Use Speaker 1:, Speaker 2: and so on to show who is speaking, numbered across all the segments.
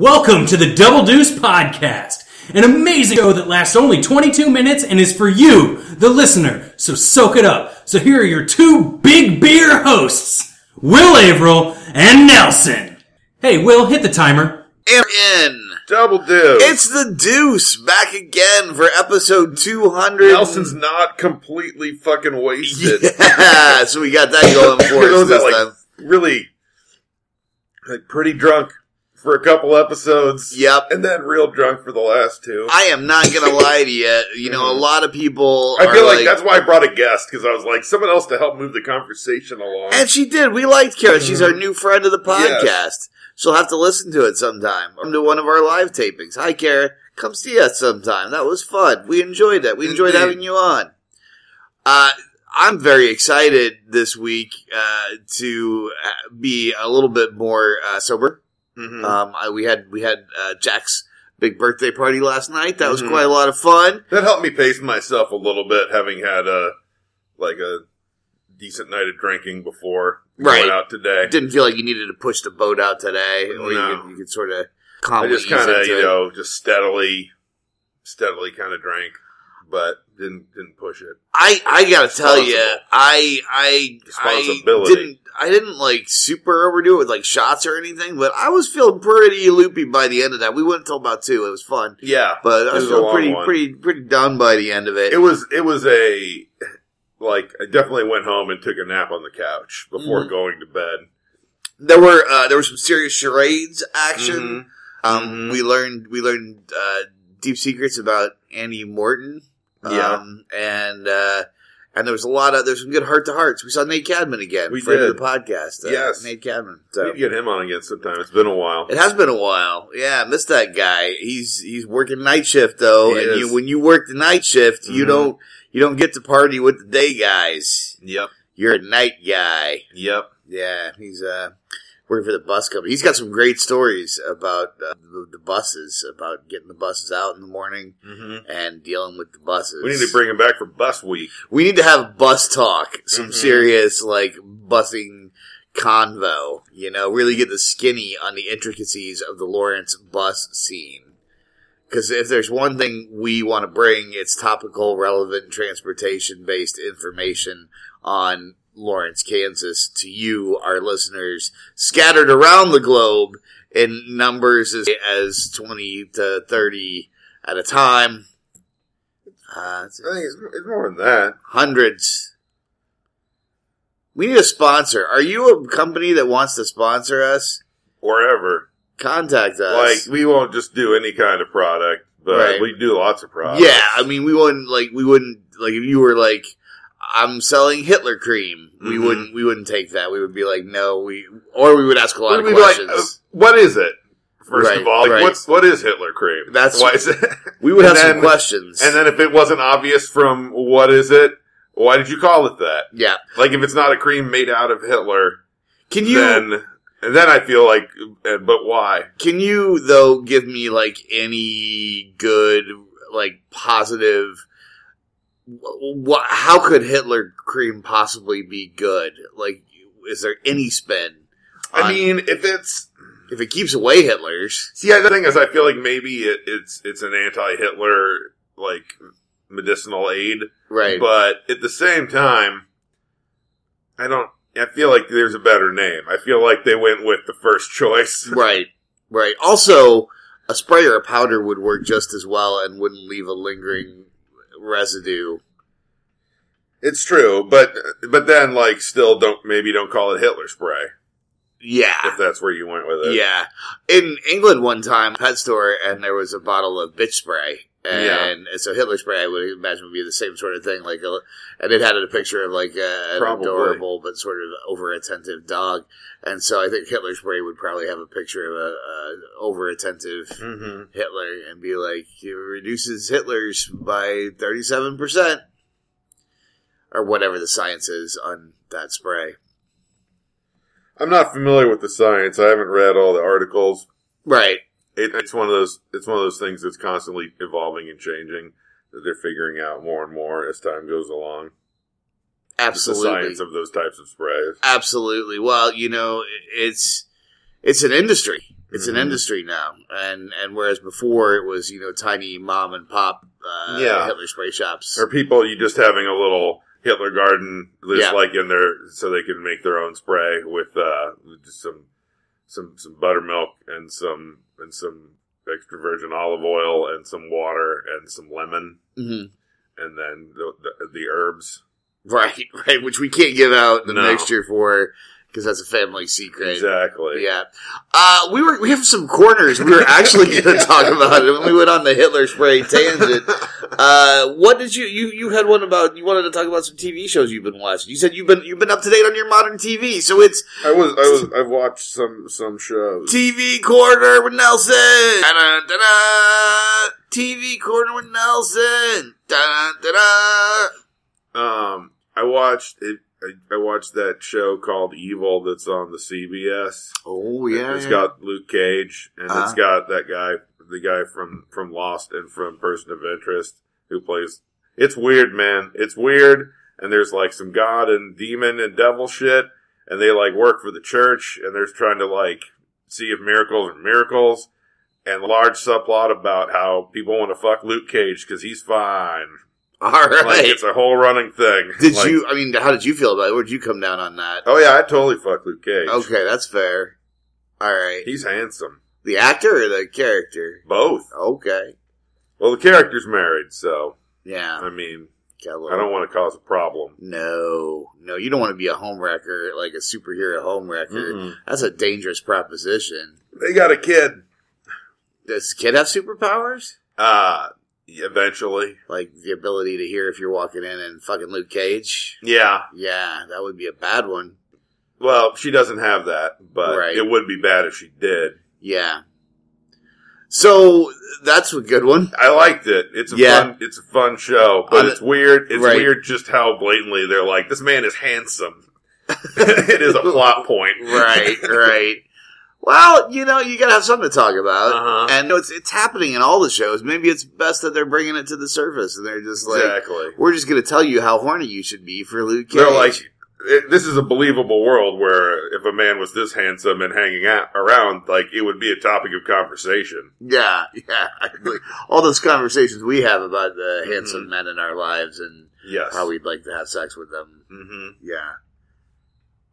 Speaker 1: Welcome to the Double Deuce Podcast, an amazing show that lasts only 22 minutes and is for you, the listener. So soak it up. So here are your two big beer hosts, Will Averill and Nelson. Hey, Will, hit the timer.
Speaker 2: Air in.
Speaker 3: Double do.
Speaker 2: It's the Deuce back again for episode 200.
Speaker 3: Nelson's not completely fucking wasted.
Speaker 2: Yeah, so we got that going
Speaker 3: For
Speaker 2: for us
Speaker 3: those
Speaker 2: this
Speaker 3: that like
Speaker 2: time.
Speaker 3: really like pretty drunk for a couple episodes.
Speaker 2: Yep.
Speaker 3: And then real drunk for the last two.
Speaker 2: I
Speaker 3: I,
Speaker 2: am not gonna lie to you. You know, a lot of people. are
Speaker 3: feel like, that's why I brought a guest because I was like someone else to help move the conversation along.
Speaker 2: And she did. We liked Kara. She's our new friend of the podcast.
Speaker 3: Mm-hmm. Yes.
Speaker 2: She'll have to listen to it sometime. Come to one of our live tapings. Hi, Kara. Come see us sometime. That was fun. We enjoyed that. We enjoyed
Speaker 3: Indeed.
Speaker 2: having you on. Uh, I'm very excited this week uh, to uh, be a little bit more uh, sober.
Speaker 3: Mhm.
Speaker 2: Um, I, we had we had uh, Jack's big birthday party last night. That was
Speaker 3: Mhm.
Speaker 2: quite a lot of fun.
Speaker 3: that helped me pace myself a little bit, having had a like a decent night of drinking before
Speaker 2: Right.
Speaker 3: going out today.
Speaker 2: Didn't feel like you needed to push the boat out today, or you,
Speaker 3: No.
Speaker 2: could, you could sort of
Speaker 3: I
Speaker 2: calmly
Speaker 3: just
Speaker 2: ease
Speaker 3: kind of,
Speaker 2: into
Speaker 3: you
Speaker 2: it.
Speaker 3: know, just steadily, steadily kind of drank, but didn't didn't push it.
Speaker 2: I I gotta tell you,
Speaker 3: Responsible.
Speaker 2: I I I
Speaker 3: Responsibility.
Speaker 2: didn't I didn't like super overdo it with like shots or anything, but I was feeling pretty loopy by the end of that. We went until about two. It was fun,
Speaker 3: Yeah,
Speaker 2: but I
Speaker 3: It
Speaker 2: was
Speaker 3: was a
Speaker 2: feeling
Speaker 3: long
Speaker 2: pretty
Speaker 3: one.
Speaker 2: pretty pretty done by the end of it.
Speaker 3: it was it was a like I definitely went home and took a nap on the couch before
Speaker 2: Mhm.
Speaker 3: going to bed.
Speaker 2: there were uh, there were some serious charades action.
Speaker 3: Mhm.
Speaker 2: Um,
Speaker 3: Mhm.
Speaker 2: we learned we learned uh, deep secrets about Annie Morton.
Speaker 3: Yeah.
Speaker 2: um, and uh, and there was a lot of there's some good heart to hearts. We saw Nate Cadman again.
Speaker 3: We
Speaker 2: friend of
Speaker 3: did.
Speaker 2: the podcast. Uh,
Speaker 3: Yes.
Speaker 2: Nate Cadman.
Speaker 3: We
Speaker 2: So.
Speaker 3: need to get him on again sometime. It's been a while.
Speaker 2: It has been a while. Yeah, I missed that guy. He's he's working night shift though,
Speaker 3: He
Speaker 2: and
Speaker 3: is.
Speaker 2: you when you work the night shift, you
Speaker 3: Mhm.
Speaker 2: don't you don't get to party with the day guys.
Speaker 3: Yep,
Speaker 2: You're a night guy.
Speaker 3: yep.
Speaker 2: Yeah, he's uh working for the bus company. He's got some great stories about uh, the, the buses, about getting the buses out in the morning
Speaker 3: hmm
Speaker 2: and dealing with the buses.
Speaker 3: We need to bring him back for Bus Week.
Speaker 2: we need to have bus talk, some
Speaker 3: Mhm.
Speaker 2: serious like busing convo. You know, really get the skinny on the intricacies of the Lawrence bus scene. Because if there's one thing we want to bring, it's topical, relevant, transportation-based information on Lawrence, Kansas, to you, our listeners, scattered around the globe in numbers as, as twenty to thirty at a time. Uh, it's-
Speaker 3: I think it's, it's more than that.
Speaker 2: hundreds. We need a sponsor. Are you a company that wants to sponsor us?
Speaker 3: Wherever,
Speaker 2: Contact
Speaker 3: like
Speaker 2: us.
Speaker 3: we won't just do any kind of product, but
Speaker 2: Right.
Speaker 3: we do lots of products.
Speaker 2: yeah, I mean, we wouldn't like we wouldn't like if you were like, I'm selling Hitler cream. We
Speaker 3: Mhm.
Speaker 2: wouldn't we wouldn't take that. We would be like, no, we or we would ask a lot
Speaker 3: We'd
Speaker 2: of
Speaker 3: be like,
Speaker 2: questions.
Speaker 3: uh, what is it? First
Speaker 2: Right,
Speaker 3: of all, like,
Speaker 2: right.
Speaker 3: what's what is Hitler cream?
Speaker 2: That's-
Speaker 3: why is it.
Speaker 2: we would have
Speaker 3: and
Speaker 2: some
Speaker 3: then-
Speaker 2: questions.
Speaker 3: And then if it wasn't obvious from what is it, why did you call it that?
Speaker 2: yeah,
Speaker 3: Like if it's not a cream made out of Hitler,
Speaker 2: can you
Speaker 3: then and then I feel like, uh, but why?
Speaker 2: Can you though give me like any good like positive? What? How could Hitler cream possibly be good? Like, is there any spin?
Speaker 3: I
Speaker 2: on-
Speaker 3: mean, if it's
Speaker 2: if it keeps away Hitler's,
Speaker 3: see, the thing is, I feel like maybe it, it's it's an anti-Hitler like medicinal aid,
Speaker 2: right?
Speaker 3: but at the same time, I don't. I feel like there's a better name. I feel like they went with the first choice.
Speaker 2: right, right. Also, a spray or a powder would work just as well and wouldn't leave a lingering residue.
Speaker 3: It's true, but but then like still don't maybe don't call it Hitler spray
Speaker 2: Yeah,
Speaker 3: if that's where you went with it.
Speaker 2: Yeah. In England one time, pet store, and there was a bottle of bitch spray. And
Speaker 3: Yeah.
Speaker 2: and so Hitler spray, I would imagine, would be the same sort of thing. Like, a, and it had a picture of like a, an
Speaker 3: Probably.
Speaker 2: adorable but sort of over attentive dog. And so I think Hitler spray would probably have a picture of a, a over attentive
Speaker 3: Mm-hmm.
Speaker 2: Hitler and be like, it reduces Hitler's by 37%. Or whatever the science is on that spray.
Speaker 3: I'm not familiar with the science. I haven't read all the articles.
Speaker 2: Right.
Speaker 3: It, it's one of those. It's one of those things that's constantly evolving and changing. That they're figuring out more and more as time goes along. It's
Speaker 2: Absolutely.
Speaker 3: The science of those types of sprays.
Speaker 2: Absolutely. Well, you know, it's it's an industry. It's
Speaker 3: Mhm.
Speaker 2: an industry now, and and whereas before it was you know tiny mom and pop uh,
Speaker 3: Yeah.
Speaker 2: Hitler spray shops.
Speaker 3: Or people you just having a little Hitler garden, just
Speaker 2: Yeah.
Speaker 3: like in their, so they can make their own spray with uh, with just some some some buttermilk and some and some extra virgin olive oil and some water and some lemon
Speaker 2: hmm
Speaker 3: and then the the, the herbs.
Speaker 2: Right, right, which we can't give out the
Speaker 3: No.
Speaker 2: mixture for because that's a family secret.
Speaker 3: Exactly.
Speaker 2: Yeah, uh, we were we have some corners we were actually going to talk about it when we went on the Hitler spray tangent. Uh, what did you you you had one about? You wanted to talk about some TV shows you've been watching. You said you've been you've been up to date on your modern TV, so it's
Speaker 3: I was I was I've watched some some shows.
Speaker 2: TV corner with Nelson. Dun, dun, dun, dun. TV corner with Nelson. Dun, dun, dun.
Speaker 3: Um, I watched it. I, I watched that show called Evil that's on the CBS.
Speaker 2: Oh
Speaker 3: It's got Luke Cage and it's
Speaker 2: Uh-huh.
Speaker 3: got that guy, the guy from from Lost and from Person of Interest who plays. It's weird, man. It's weird, and there's like some god and demon and devil shit, and they like work for the church, and they're trying to like see if miracles are miracles, and large subplot about how people want to fuck Luke Cage because he's fine.
Speaker 2: all
Speaker 3: Like
Speaker 2: right.
Speaker 3: it's a whole running thing.
Speaker 2: Did
Speaker 3: Like,
Speaker 2: you? I mean, how did you feel about it? Where'd you come down on that?
Speaker 3: Oh yeah, I totally fuck Luke Cage.
Speaker 2: Okay, that's fair. All right.
Speaker 3: He's handsome.
Speaker 2: The actor or the character?
Speaker 3: Both.
Speaker 2: Okay.
Speaker 3: Well, the character's married, so
Speaker 2: Yeah.
Speaker 3: I mean,
Speaker 2: Got a little-
Speaker 3: I don't want to cause a problem.
Speaker 2: No, no, you don't want to be a homewrecker like a superhero homewrecker.
Speaker 3: Mm-mm.
Speaker 2: That's a dangerous proposition.
Speaker 3: They got a kid.
Speaker 2: Does kid have superpowers?
Speaker 3: Uh eventually.
Speaker 2: like the ability to hear if you're walking in and fucking Luke Cage.
Speaker 3: Yeah.
Speaker 2: Yeah, that would be a bad one.
Speaker 3: Well, she doesn't have that, but
Speaker 2: Right.
Speaker 3: it would be bad if she did.
Speaker 2: Yeah. So that's a good one.
Speaker 3: I liked it. It's a
Speaker 2: Yeah.
Speaker 3: fun. It's a fun show, but
Speaker 2: I'm-
Speaker 3: it's weird. It's
Speaker 2: Right.
Speaker 3: weird just how blatantly they're like, "This man is handsome." it is a plot point,
Speaker 2: Right, right. Well, you know, you gotta have something to talk about.
Speaker 3: Uh-huh.
Speaker 2: And it's it's happening in all the shows. Maybe it's best that they're bringing it to the surface and they're just like,
Speaker 3: exactly.
Speaker 2: we're just gonna tell you how horny you should be for Luke Cage.
Speaker 3: They're like, it, this is a believable world where if a man was this handsome and hanging out around, like it would be a topic of conversation.
Speaker 2: yeah, yeah. Like, all those conversations we have about the
Speaker 3: Mm-hmm.
Speaker 2: handsome men in our lives and
Speaker 3: Yes.
Speaker 2: how we'd like to have sex with them.
Speaker 3: hmm
Speaker 2: Yeah.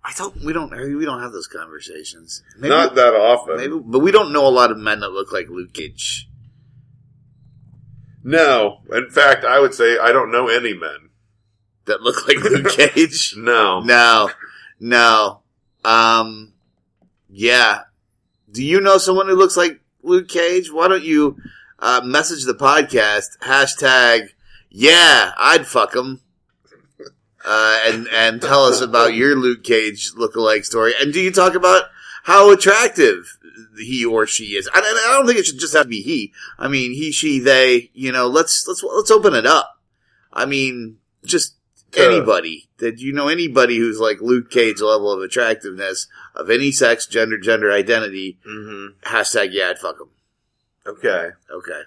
Speaker 2: I don't. We don't. We don't have those conversations. Maybe,
Speaker 3: Not that often.
Speaker 2: maybe, but we don't know a lot of men that look like Luke Cage.
Speaker 3: No. In fact, I would say I don't know any men.
Speaker 2: That look like Luke Cage.
Speaker 3: No.
Speaker 2: no, no. Um, yeah. Do you know someone who looks like Luke Cage? Why don't you uh, message the podcast hashtag Yeah, I'd fuck him. Uh, and and tell us about your Luke Cage lookalike story. And do you talk about how attractive he or she is? I, I don't think it should just have to be he. I mean, he, she, they. You know, let's let's let's open it up. I mean, just
Speaker 3: Yeah.
Speaker 2: anybody. Did you know anybody who's like Luke Cage level of attractiveness of any sex, gender, gender identity?
Speaker 3: Mm-hmm.
Speaker 2: Hashtag yeah, I'd fuck him.
Speaker 3: Okay.
Speaker 2: Okay.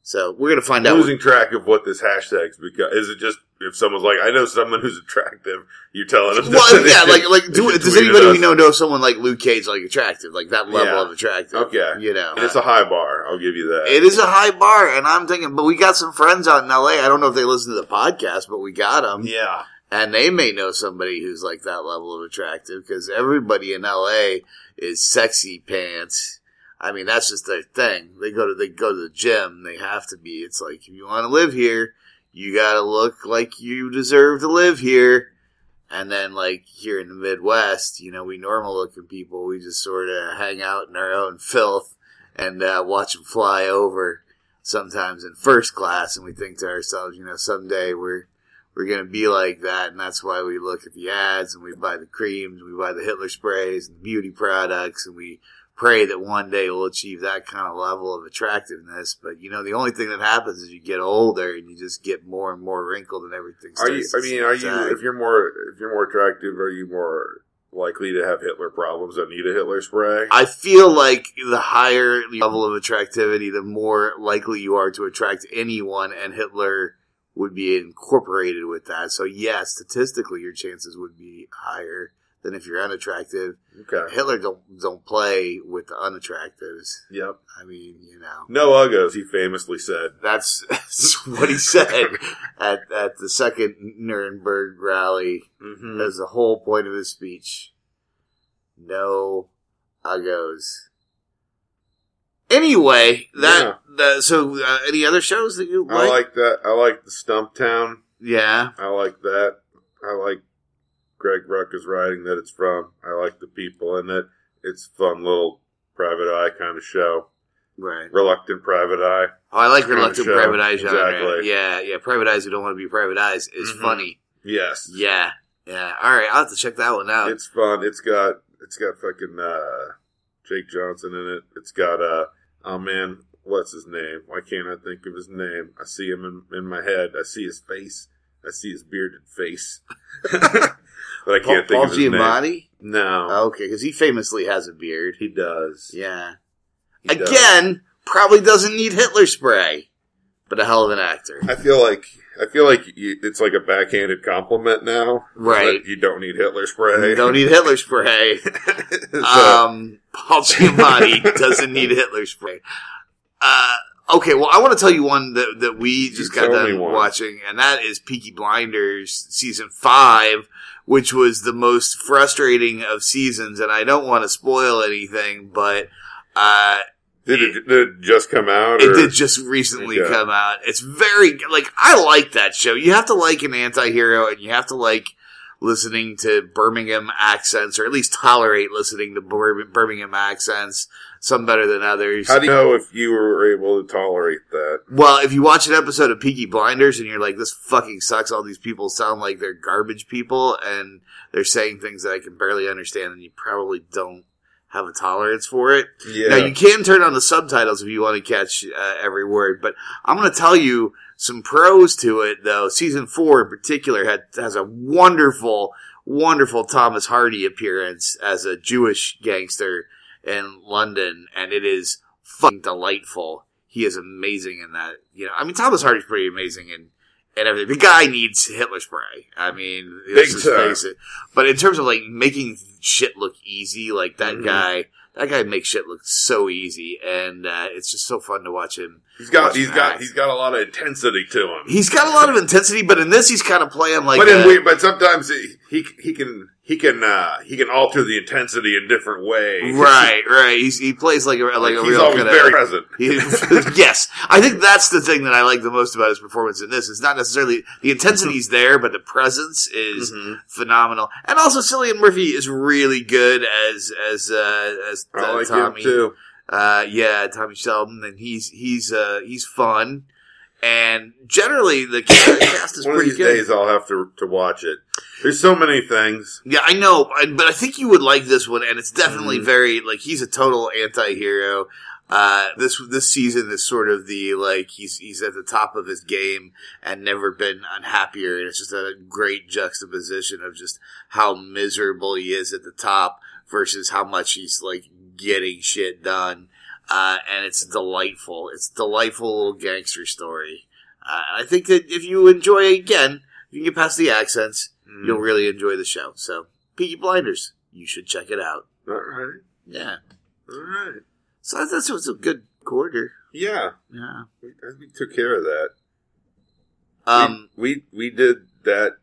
Speaker 2: So we're gonna find out.
Speaker 3: Losing track of what this hashtag's because is it just if someone's like, I know someone who's attractive, you telling them.
Speaker 2: Well,
Speaker 3: that
Speaker 2: yeah,
Speaker 3: they
Speaker 2: like
Speaker 3: should-
Speaker 2: like
Speaker 3: they
Speaker 2: do,
Speaker 3: should
Speaker 2: does
Speaker 3: tweet at
Speaker 2: anybody
Speaker 3: us.
Speaker 2: we know know someone like Luke Cage like attractive, like that level
Speaker 3: Yeah.
Speaker 2: of attractive?
Speaker 3: Okay.
Speaker 2: you know,
Speaker 3: And it's a high bar. I'll give you that.
Speaker 2: It is a high bar, and I'm thinking, but we got some friends out in L.A. I don't know if they listen to the podcast, but we got them,
Speaker 3: Yeah.
Speaker 2: and they may know somebody who's like that level of attractive because everybody in L.A. is sexy pants. I mean, that's just their thing. They go to they go to the gym. They have to be. It's like if you want to live here, you got to look like you deserve to live here. And then, like here in the Midwest, you know, we normal looking people, we just sort of hang out in our own filth and uh, watch them fly over sometimes in first class. And we think to ourselves, you know, someday we're we're gonna be like that, and that's why we look at the ads and we buy the creams, and we buy the Hitler sprays and the beauty products, and we pray that one day we'll achieve that kind of level of attractiveness. But you know, the only thing that happens is you get older and you just get more and more wrinkled, and everything.
Speaker 3: Are you? I
Speaker 2: starts to
Speaker 3: mean, are
Speaker 2: sag.
Speaker 3: you? If you're more, if you're more attractive, are you more likely to have Hitler problems than need a Hitler spray?
Speaker 2: I feel like the higher the level of attractivity, the more likely you are to attract anyone, and Hitler would be incorporated with that. So, yeah, statistically, your chances would be higher than if you're unattractive.
Speaker 3: Okay.
Speaker 2: Hitler don't don't play with the unattractives.
Speaker 3: Yep.
Speaker 2: I mean, you know,
Speaker 3: No uggos, he famously said.
Speaker 2: that's, that's what he said at at the second Nuremberg rally.
Speaker 3: Mm-hmm.
Speaker 2: That was the whole point of his speech. No uggos. Anyway, that
Speaker 3: Yeah.
Speaker 2: the, so uh, any other shows that you
Speaker 3: I
Speaker 2: like?
Speaker 3: like that. I like the Stump Town.
Speaker 2: Yeah,
Speaker 3: I like that. I like Greg Rucka's writing that it's from. I like the people in it. It's a fun little private eye kind of show.
Speaker 2: right.
Speaker 3: Reluctant private eye.
Speaker 2: Oh, I like
Speaker 3: Kind of
Speaker 2: reluctant
Speaker 3: show.
Speaker 2: private eye genre.
Speaker 3: Exactly.
Speaker 2: Yeah, yeah. Private eyes who don't want to be private eyes is
Speaker 3: Mhm.
Speaker 2: funny.
Speaker 3: Yes.
Speaker 2: Yeah, yeah. All right, I'll have to check that one out.
Speaker 3: It's fun. It's got it's got fucking uh, Jake Johnson in it. It's got uh oh man, what's his name? Why can't I think of his name? I see him in, in my head. I see his face. I see his bearded face. but I
Speaker 2: Paul,
Speaker 3: can't think
Speaker 2: Paul
Speaker 3: of his name.
Speaker 2: Giamatti. Oh.
Speaker 3: No,
Speaker 2: Okay, because he famously has a beard.
Speaker 3: he does.
Speaker 2: Yeah.
Speaker 3: He does.
Speaker 2: Again, probably doesn't need Hitler spray, but a hell of an actor.
Speaker 3: I feel like I feel like you, it's like a backhanded compliment now.
Speaker 2: Right.
Speaker 3: that you don't need Hitler spray.
Speaker 2: You don't need Hitler spray.
Speaker 3: So,
Speaker 2: Um, Paul Giamatti doesn't need Hitler spray. Uh, okay, well, I want to tell you one that, that we just got
Speaker 3: tell me
Speaker 2: done
Speaker 3: one.
Speaker 2: watching, and that is Peaky Blinders season five, which was the most frustrating of seasons. And I don't want to spoil anything, but uh,
Speaker 3: did, it, did it just come out?
Speaker 2: It
Speaker 3: or-
Speaker 2: did just recently
Speaker 3: Okay.
Speaker 2: come out. It's very like I like that show. You have to like an anti-hero and you have to like listening to Birmingham accents or at least tolerate listening to Bir- Birmingham accents, some better than others.
Speaker 3: How do you know if you were able to tolerate that?
Speaker 2: well, if you watch an episode of Peaky Blinders and you're like this fucking sucks, all these people sound like they're garbage people and they're saying things that I can barely understand and you probably don't have a tolerance for it.
Speaker 3: Yeah.
Speaker 2: Now you can turn on the subtitles if you want to catch uh, every word, but I'm going to tell you some pros to it though. Season four in particular had has a wonderful, wonderful Thomas Hardy appearance as a Jewish gangster in London, and it is fucking delightful. He is amazing in that. You know, I mean Thomas Hardy's pretty amazing in and everything. The guy needs Hitler spray. I mean, let's just
Speaker 3: time.
Speaker 2: face it. But in terms of like making shit look easy, like that
Speaker 3: Mhm.
Speaker 2: guy, that guy makes shit look so easy, and uh, it's just so fun to watch him.
Speaker 3: He's got
Speaker 2: Watch
Speaker 3: he's
Speaker 2: him
Speaker 3: got
Speaker 2: act.
Speaker 3: he's got a lot of intensity to him.
Speaker 2: He's got a lot of intensity, but in this, he's kind of playing like.
Speaker 3: but in
Speaker 2: a-
Speaker 3: we, but sometimes he, he he can he can uh he can alter the intensity in different ways.
Speaker 2: right, right. He's, he plays like a like,
Speaker 3: Like,
Speaker 2: a
Speaker 3: he's
Speaker 2: real
Speaker 3: always
Speaker 2: kind
Speaker 3: very
Speaker 2: of.
Speaker 3: present. Mm-hmm.
Speaker 2: He- yes, I think that's the thing that I like the most about his performance in this. It's not necessarily the intensity's there, but the presence is
Speaker 3: Mhm.
Speaker 2: phenomenal. And also, Cillian Murphy is really good as as uh, as
Speaker 3: I
Speaker 2: uh,
Speaker 3: like
Speaker 2: Tommy.
Speaker 3: him too.
Speaker 2: Uh, yeah, Tommy Sheldon, and he's he's uh, he's fun. And generally, the cast is
Speaker 3: One of
Speaker 2: pretty
Speaker 3: these
Speaker 2: good.
Speaker 3: days I'll have to to watch it. There's so many things.
Speaker 2: Yeah, I know, I- but I think you would like this one, and it's definitely
Speaker 3: Mhm.
Speaker 2: very like he's a total anti-hero. Uh, this this season is sort of the like he's he's at the top of his game and never been unhappier, and it's just a great juxtaposition of just how miserable he is at the top versus how much he's like getting shit done. Uh, and it's delightful. It's a delightful little gangster story. Uh, I think that if you enjoy again, if you can get past the accents, you'll really enjoy the show. So, Peaky Blinders, you should check it out.
Speaker 3: All right.
Speaker 2: Yeah.
Speaker 3: All right.
Speaker 2: So that's- that's what's a good quarter.
Speaker 3: Yeah.
Speaker 2: Yeah.
Speaker 3: We, uh, we took care of that.
Speaker 2: Um.
Speaker 3: we, we we did that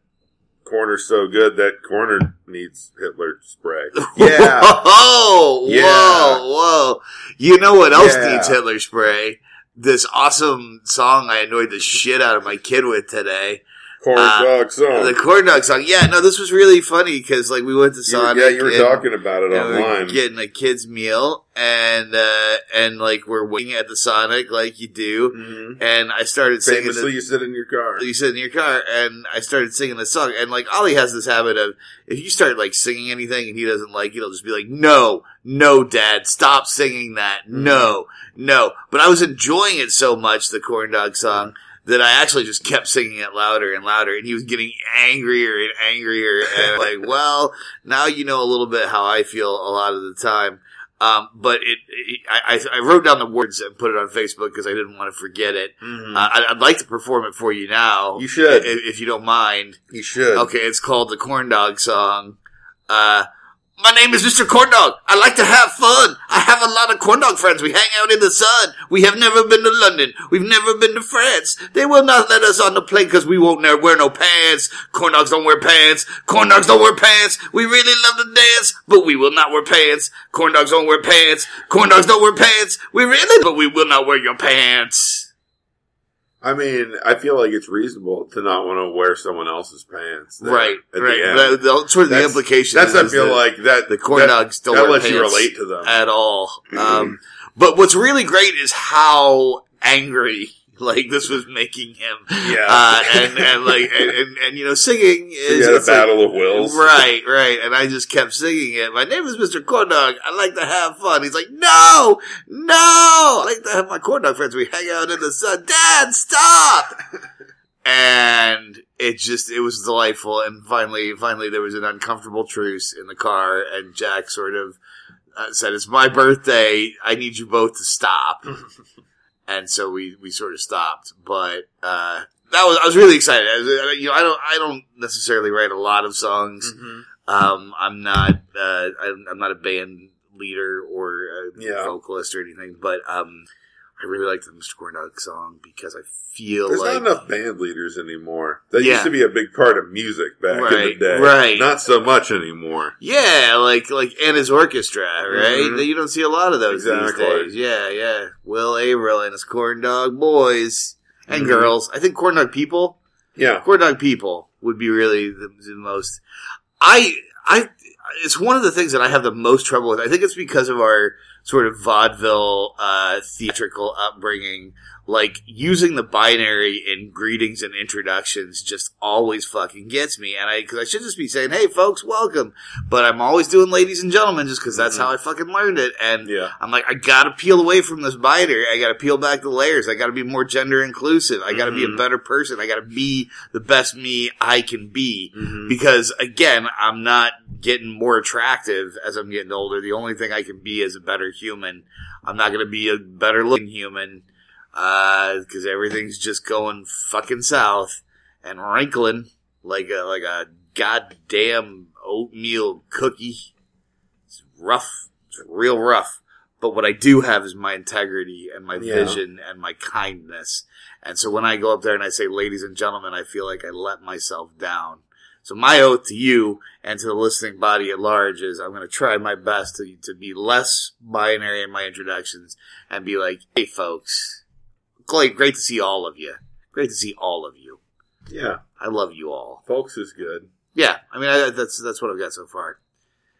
Speaker 3: corner so good that corner needs Hitler spray.
Speaker 2: Oh,
Speaker 3: Yeah.
Speaker 2: whoa, whoa. You know what else
Speaker 3: Yeah.
Speaker 2: needs Hitler spray? This awesome song I annoyed the shit out of my kid with today.
Speaker 3: corn
Speaker 2: Uh,
Speaker 3: dog song.
Speaker 2: The corn dog song. Yeah, no, this was really funny because like we went to
Speaker 3: Oh. You were-
Speaker 2: Sonic.
Speaker 3: yeah, you were
Speaker 2: and-
Speaker 3: talking about it
Speaker 2: and we're
Speaker 3: online.
Speaker 2: getting a kid's meal, and uh, and like we're waiting at the Sonic, like you do.
Speaker 3: Mhm.
Speaker 2: And I started singing. the-
Speaker 3: Famously, you sit in your car.
Speaker 2: you sit in your car and I started singing the song and like Ollie has this habit of if you start like singing anything and he doesn't like it, he'll just be like, No, no, dad, stop singing that. No, no. But I was enjoying it so much, the corn dog song, that I actually just kept singing it louder and louder and he was getting angrier and angrier and like, well, now you know a little bit how I feel a lot of the time. Um, but it, it I, I I wrote down the words and put it on Facebook because I didn't want to forget it.
Speaker 3: Mhm.
Speaker 2: Uh, I'd, I'd like to perform it for you now.
Speaker 3: You should.
Speaker 2: i- if, you don't mind.
Speaker 3: you should.
Speaker 2: Okay, it's called the Corn Dog Song. Uh, my name is Mr. Corndog. I like to have fun. I have a lot of corndog friends. We hang out in the sun. We have never been to London. We've never been to France. They will not let us on the plane because we won't ne- wear no pants. Corndogs don't wear pants. Corndogs don't wear pants. We really love to dance, but we will not wear pants. Corndogs don't wear pants. Corndogs don't wear pants. We really, but we will not wear your pants.
Speaker 3: I mean, I feel like it's reasonable to not want to wear someone else's pants. there
Speaker 2: Right,
Speaker 3: at
Speaker 2: right.
Speaker 3: The end.
Speaker 2: That- that's sort of the
Speaker 3: That's-
Speaker 2: implication.
Speaker 3: That's I
Speaker 2: is
Speaker 3: feel
Speaker 2: that-
Speaker 3: like that
Speaker 2: the corn
Speaker 3: that,
Speaker 2: dogs don't
Speaker 3: that
Speaker 2: wear
Speaker 3: lets you
Speaker 2: pants.
Speaker 3: relate to them.
Speaker 2: at all. Um, but what's really great is how angry like this was making him.
Speaker 3: Yeah.
Speaker 2: uh, and and like and, and, and you know singing is
Speaker 3: you had a
Speaker 2: it's like-
Speaker 3: battle of wills.
Speaker 2: Right, right. And I just kept singing it. My name is Mr. Corn Dog. I like to have fun. He's like, no, no. I like to have my corn dog friends. We hang out in the sun. Dad, stop. and it just, it was delightful. And finally, finally there was an uncomfortable truce in the car and Jack sort of uh, said, it's my birthday. I need you both to stop. and so we, we sort of stopped, but, uh, that was I was really excited. I was, uh, you know, I don't I don't necessarily write a lot of songs.
Speaker 3: Mm-hmm. Mm.
Speaker 2: Um, I'm not uh, I'm, I'm not a band leader or a
Speaker 3: Yeah.
Speaker 2: vocalist or anything, but um, I really like the Mr. Corndog song because I feel
Speaker 3: There's
Speaker 2: like
Speaker 3: not enough band leaders anymore. That
Speaker 2: Yeah.
Speaker 3: used to be a big part of music back in the
Speaker 2: Right,
Speaker 3: day.
Speaker 2: right.
Speaker 3: Not so much anymore.
Speaker 2: yeah, like like Anna's orchestra, right?
Speaker 3: Mhm.
Speaker 2: You don't see a lot of those
Speaker 3: Exactly.
Speaker 2: these days. Yeah, yeah. Will Averill and his Corndog boys and
Speaker 3: Mhm.
Speaker 2: girls. I think Corndog people.
Speaker 3: Yeah.
Speaker 2: corn dog people would be really the, the most. I I it's one of the things that I have the most trouble with. I think it's because of our sort of vaudeville uh, theatrical upbringing. Like using the binary in greetings and introductions just always fucking gets me, and I because I should just be saying, "Hey, folks, welcome," but I'm always doing "ladies and gentlemen" just because that's
Speaker 3: Mhm.
Speaker 2: how I fucking learned it, and
Speaker 3: Yeah.
Speaker 2: I'm like, I gotta peel away from this biter. I gotta peel back the layers. I gotta be more gender inclusive. I gotta be a
Speaker 3: Mhm.
Speaker 2: better person. I gotta be the best me I can be. Because again, I'm not getting more attractive as I'm getting older. The only thing I can be is a better human. I'm not gonna be a better looking human. Uh, cause everything's just going fucking south and wrinkling like a, like a goddamn oatmeal cookie. It's rough. It's real rough. But what I do have is my integrity and my
Speaker 3: Yeah.
Speaker 2: vision and my kindness. And so when I go up there and I say, ladies and gentlemen, I feel like I let myself down. So my oath to you and to the listening body at large is I'm going to try my best to, to be less binary in my introductions and be like, hey folks, great, great to see all of you. Great to see all of you.
Speaker 3: Yeah.
Speaker 2: I love you all.
Speaker 3: Folks is good.
Speaker 2: Yeah, I mean I, that's that's what I've got so far.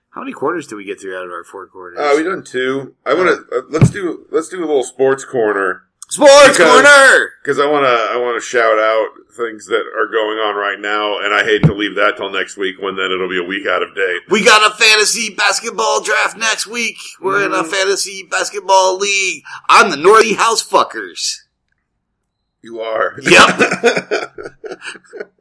Speaker 2: How many quarters did we get through out of our four quarters?
Speaker 3: Uh, we done two. I want to uh, let's do let's do a little sports corner
Speaker 2: Sports
Speaker 3: Because-
Speaker 2: corner.
Speaker 3: because I want to I want to shout out things that are going on right now, and I hate to leave that till next week when then it'll be a week out of date.
Speaker 2: We got a fantasy basketball draft next week. We're in a
Speaker 3: Mhm.
Speaker 2: fantasy basketball league. I'm the Northie House Fuckers.
Speaker 3: You are.
Speaker 2: Yep.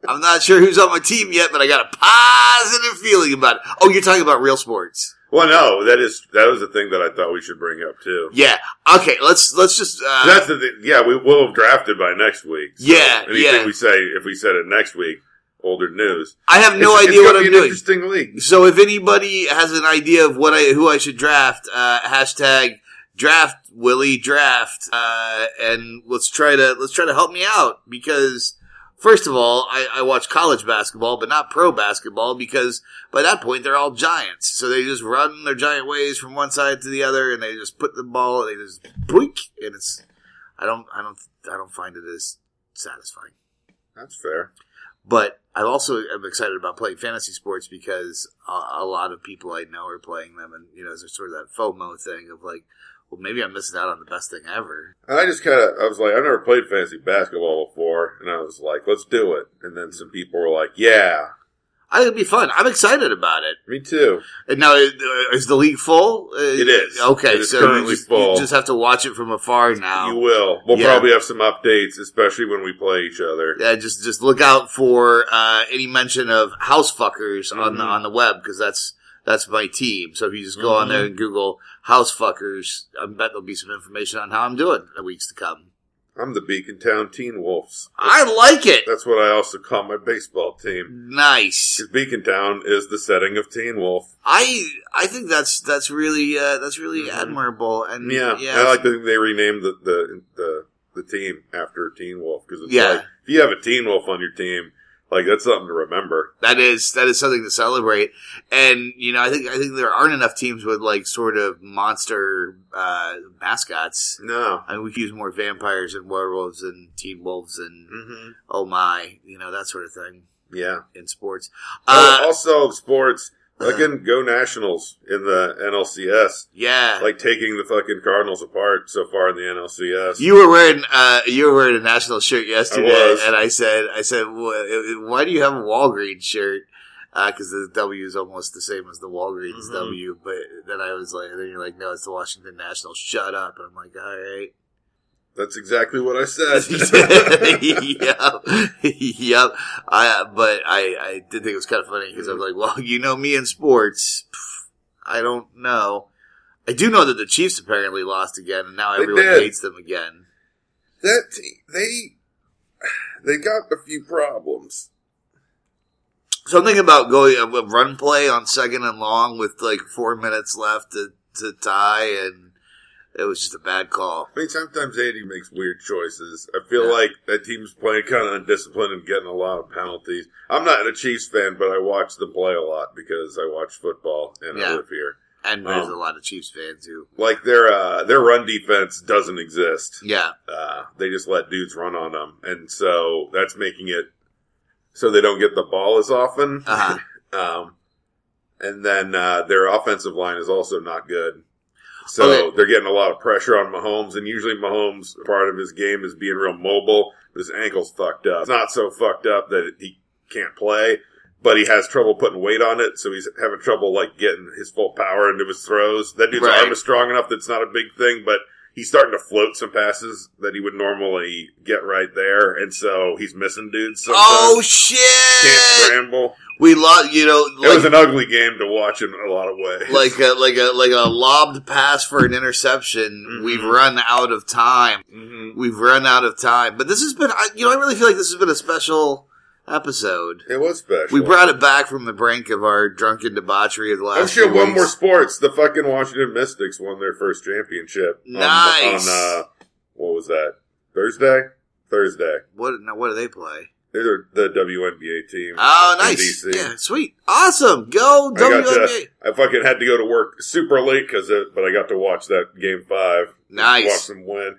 Speaker 2: I'm not sure who's on my team yet, but I got a positive feeling about it. Oh, you're talking about real sports.
Speaker 3: well, no, that is that was the thing that I thought we should bring up too.
Speaker 2: Yeah. Okay. Let's let's just. Uh,
Speaker 3: That's the thing. yeah. We will have drafted by next week.
Speaker 2: Yeah,
Speaker 3: Anything
Speaker 2: yeah.
Speaker 3: we say, if we said it next week, older news.
Speaker 2: I have no
Speaker 3: It's- it's
Speaker 2: idea what
Speaker 3: gonna be
Speaker 2: I'm
Speaker 3: an
Speaker 2: doing.
Speaker 3: Interesting league.
Speaker 2: So if anybody has an idea of what I who I should draft, uh, hashtag draft Willie draft, uh, and let's try to let's try to help me out because first of all, I, I watch college basketball, but not pro basketball because by that point they're all giants, so they just run their giant ways from one side to the other, and they just put the ball, they just boink, and it's I don't I don't I don't find it as satisfying
Speaker 3: That's fair.
Speaker 2: but I also am excited about playing fantasy sports because a, a lot of people I know are playing them, and you know, there's sort of that FOMO thing of like, well, maybe I'm missing out on the best thing ever.
Speaker 3: And I just kind of, I was like, I've never played fantasy basketball before, and I was like, let's do it. And then some people were like, yeah,
Speaker 2: I think it'd be fun. I'm excited about it.
Speaker 3: me too.
Speaker 2: And now, uh, is the league full? Uh,
Speaker 3: It is.
Speaker 2: Okay,
Speaker 3: It is
Speaker 2: so
Speaker 3: currently
Speaker 2: you just,
Speaker 3: full.
Speaker 2: you just have to watch it from afar now.
Speaker 3: You will. We'll
Speaker 2: Yeah.
Speaker 3: probably have some updates, especially when we play each other.
Speaker 2: yeah, uh, just just look out for uh, any mention of house fuckers on the
Speaker 3: Mhm.
Speaker 2: on the web because that's that's my team. So if you just go on
Speaker 3: Mm-hmm.
Speaker 2: there and Google house fuckers, I bet there'll be some information on how I'm doing in the weeks to come.
Speaker 3: I'm the Beacon Town Teen Wolves.
Speaker 2: I like it.
Speaker 3: That's what I also call my baseball team.
Speaker 2: Nice.
Speaker 3: 'Cause Beacon Town is the setting of Teen Wolf.
Speaker 2: I I think that's that's really uh, that's really
Speaker 3: Mhm.
Speaker 2: admirable. And
Speaker 3: Yeah, I like to think they renamed the the the, the team after Teen Wolf because it's
Speaker 2: Yeah.
Speaker 3: like if you have a Teen Wolf on your team, like that's something to remember.
Speaker 2: That is that is something to celebrate, and you know I think I think there aren't enough teams with like sort of monster uh, mascots.
Speaker 3: No.
Speaker 2: I mean, we could use more vampires and werewolves and teen wolves and
Speaker 3: hmm
Speaker 2: oh my, you know that sort of thing
Speaker 3: Yeah.
Speaker 2: in sports.
Speaker 3: Oh,
Speaker 2: Uh,
Speaker 3: also, sports. Fucking go Nationals in the NLCS.
Speaker 2: yeah,
Speaker 3: Like taking the fucking Cardinals apart so far in the NLCS.
Speaker 2: you were wearing uh, you were wearing a national shirt yesterday,
Speaker 3: was.
Speaker 2: and I said I said "Wh- why do you have a Walgreens shirt? Because the W is almost the same as the Walgreens
Speaker 3: Mhm.
Speaker 2: W, but then I was like, then you're like, no, it's the Washington Nationals. Shut up! And I'm like, all right.
Speaker 3: That's exactly what I said.
Speaker 2: yep, yep. I but I I did think it was kind of funny because I was like, well, you know me in sports, Pff, I don't know. I do know that the Chiefs apparently lost again, and now
Speaker 3: They
Speaker 2: everyone
Speaker 3: did.
Speaker 2: hates them again.
Speaker 3: that te- they they got a few problems.
Speaker 2: So I'm thinking about going uh, a a run play on second and long with like four minutes left to to tie, and it was just a bad call.
Speaker 3: I mean, sometimes Andy makes weird choices. I feel
Speaker 2: Yeah.
Speaker 3: like that team's playing kind of undisciplined and getting a lot of penalties. I'm not a Chiefs fan, but I watch them play a lot because I watch football and I
Speaker 2: Yeah.
Speaker 3: live here.
Speaker 2: And there's
Speaker 3: Um.
Speaker 2: a lot of Chiefs fans who,
Speaker 3: Like their uh, their run defense doesn't exist.
Speaker 2: yeah,
Speaker 3: Uh, they just let dudes run on them, and so that's making it so they don't get the ball as often.
Speaker 2: uh-huh.
Speaker 3: Um, and then uh, their offensive line is also not good. So
Speaker 2: Okay.
Speaker 3: they're getting a lot of pressure on Mahomes, and usually Mahomes part of his game is being real mobile, but his ankle's fucked up. It's not so fucked up that he can't play, but he has trouble putting weight on it, so he's having trouble like getting his full power into his throws. That dude's
Speaker 2: Right.
Speaker 3: arm is strong enough that's not a big thing, but he's starting to float some passes that he would normally get right there, and so he's missing dudes sometimes.
Speaker 2: oh
Speaker 3: can't
Speaker 2: shit,
Speaker 3: scramble.
Speaker 2: we lost. You know,
Speaker 3: It was an ugly game to watch in a lot of ways.
Speaker 2: like a, like a like a lobbed pass for an interception.
Speaker 3: Mhm.
Speaker 2: We've run out of time.
Speaker 3: Mhm.
Speaker 2: We've run out of time. But this has been, I- you know, I really feel like this has been a special episode.
Speaker 3: it was special.
Speaker 2: We brought it back from the brink of our drunken debauchery of the last.
Speaker 3: I'm sure
Speaker 2: few
Speaker 3: one more
Speaker 2: weeks.
Speaker 3: sports. The fucking Washington Mystics won their first championship. on-
Speaker 2: Nice.
Speaker 3: On, uh, what was that? Thursday. Thursday.
Speaker 2: What now? What do they play?
Speaker 3: They're the WNBA team.
Speaker 2: Oh,
Speaker 3: in
Speaker 2: nice!
Speaker 3: DC.
Speaker 2: Yeah, sweet, awesome. Go
Speaker 3: I got
Speaker 2: WNBA.
Speaker 3: to- I fucking had to go to work super late because, but I got to watch that game five.
Speaker 2: Nice.
Speaker 3: Watch them win.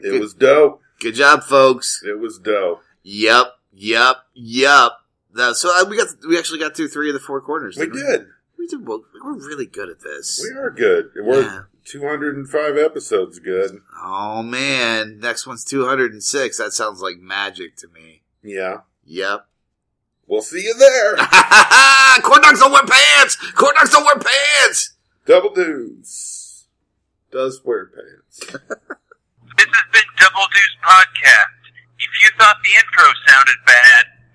Speaker 3: It
Speaker 2: Good.
Speaker 3: was dope.
Speaker 2: Good job, folks.
Speaker 3: It was dope.
Speaker 2: Yep, yep, yep. That, so uh, we got we actually got through three of the four corners.
Speaker 3: We
Speaker 2: didn't
Speaker 3: did.
Speaker 2: We did. Well, we're really good at this.
Speaker 3: We are good. We're
Speaker 2: Yeah.
Speaker 3: 205 episodes good.
Speaker 2: Oh man, next one's 206. That sounds like magic to me.
Speaker 3: Yeah.
Speaker 2: Yep.
Speaker 3: We'll see you there.
Speaker 2: Corn dogs don't wear pants! Corn dogs don't wear pants!
Speaker 3: Double Deuce does wear pants.
Speaker 4: This has been Double Deuce Podcast. If you thought the intro sounded bad,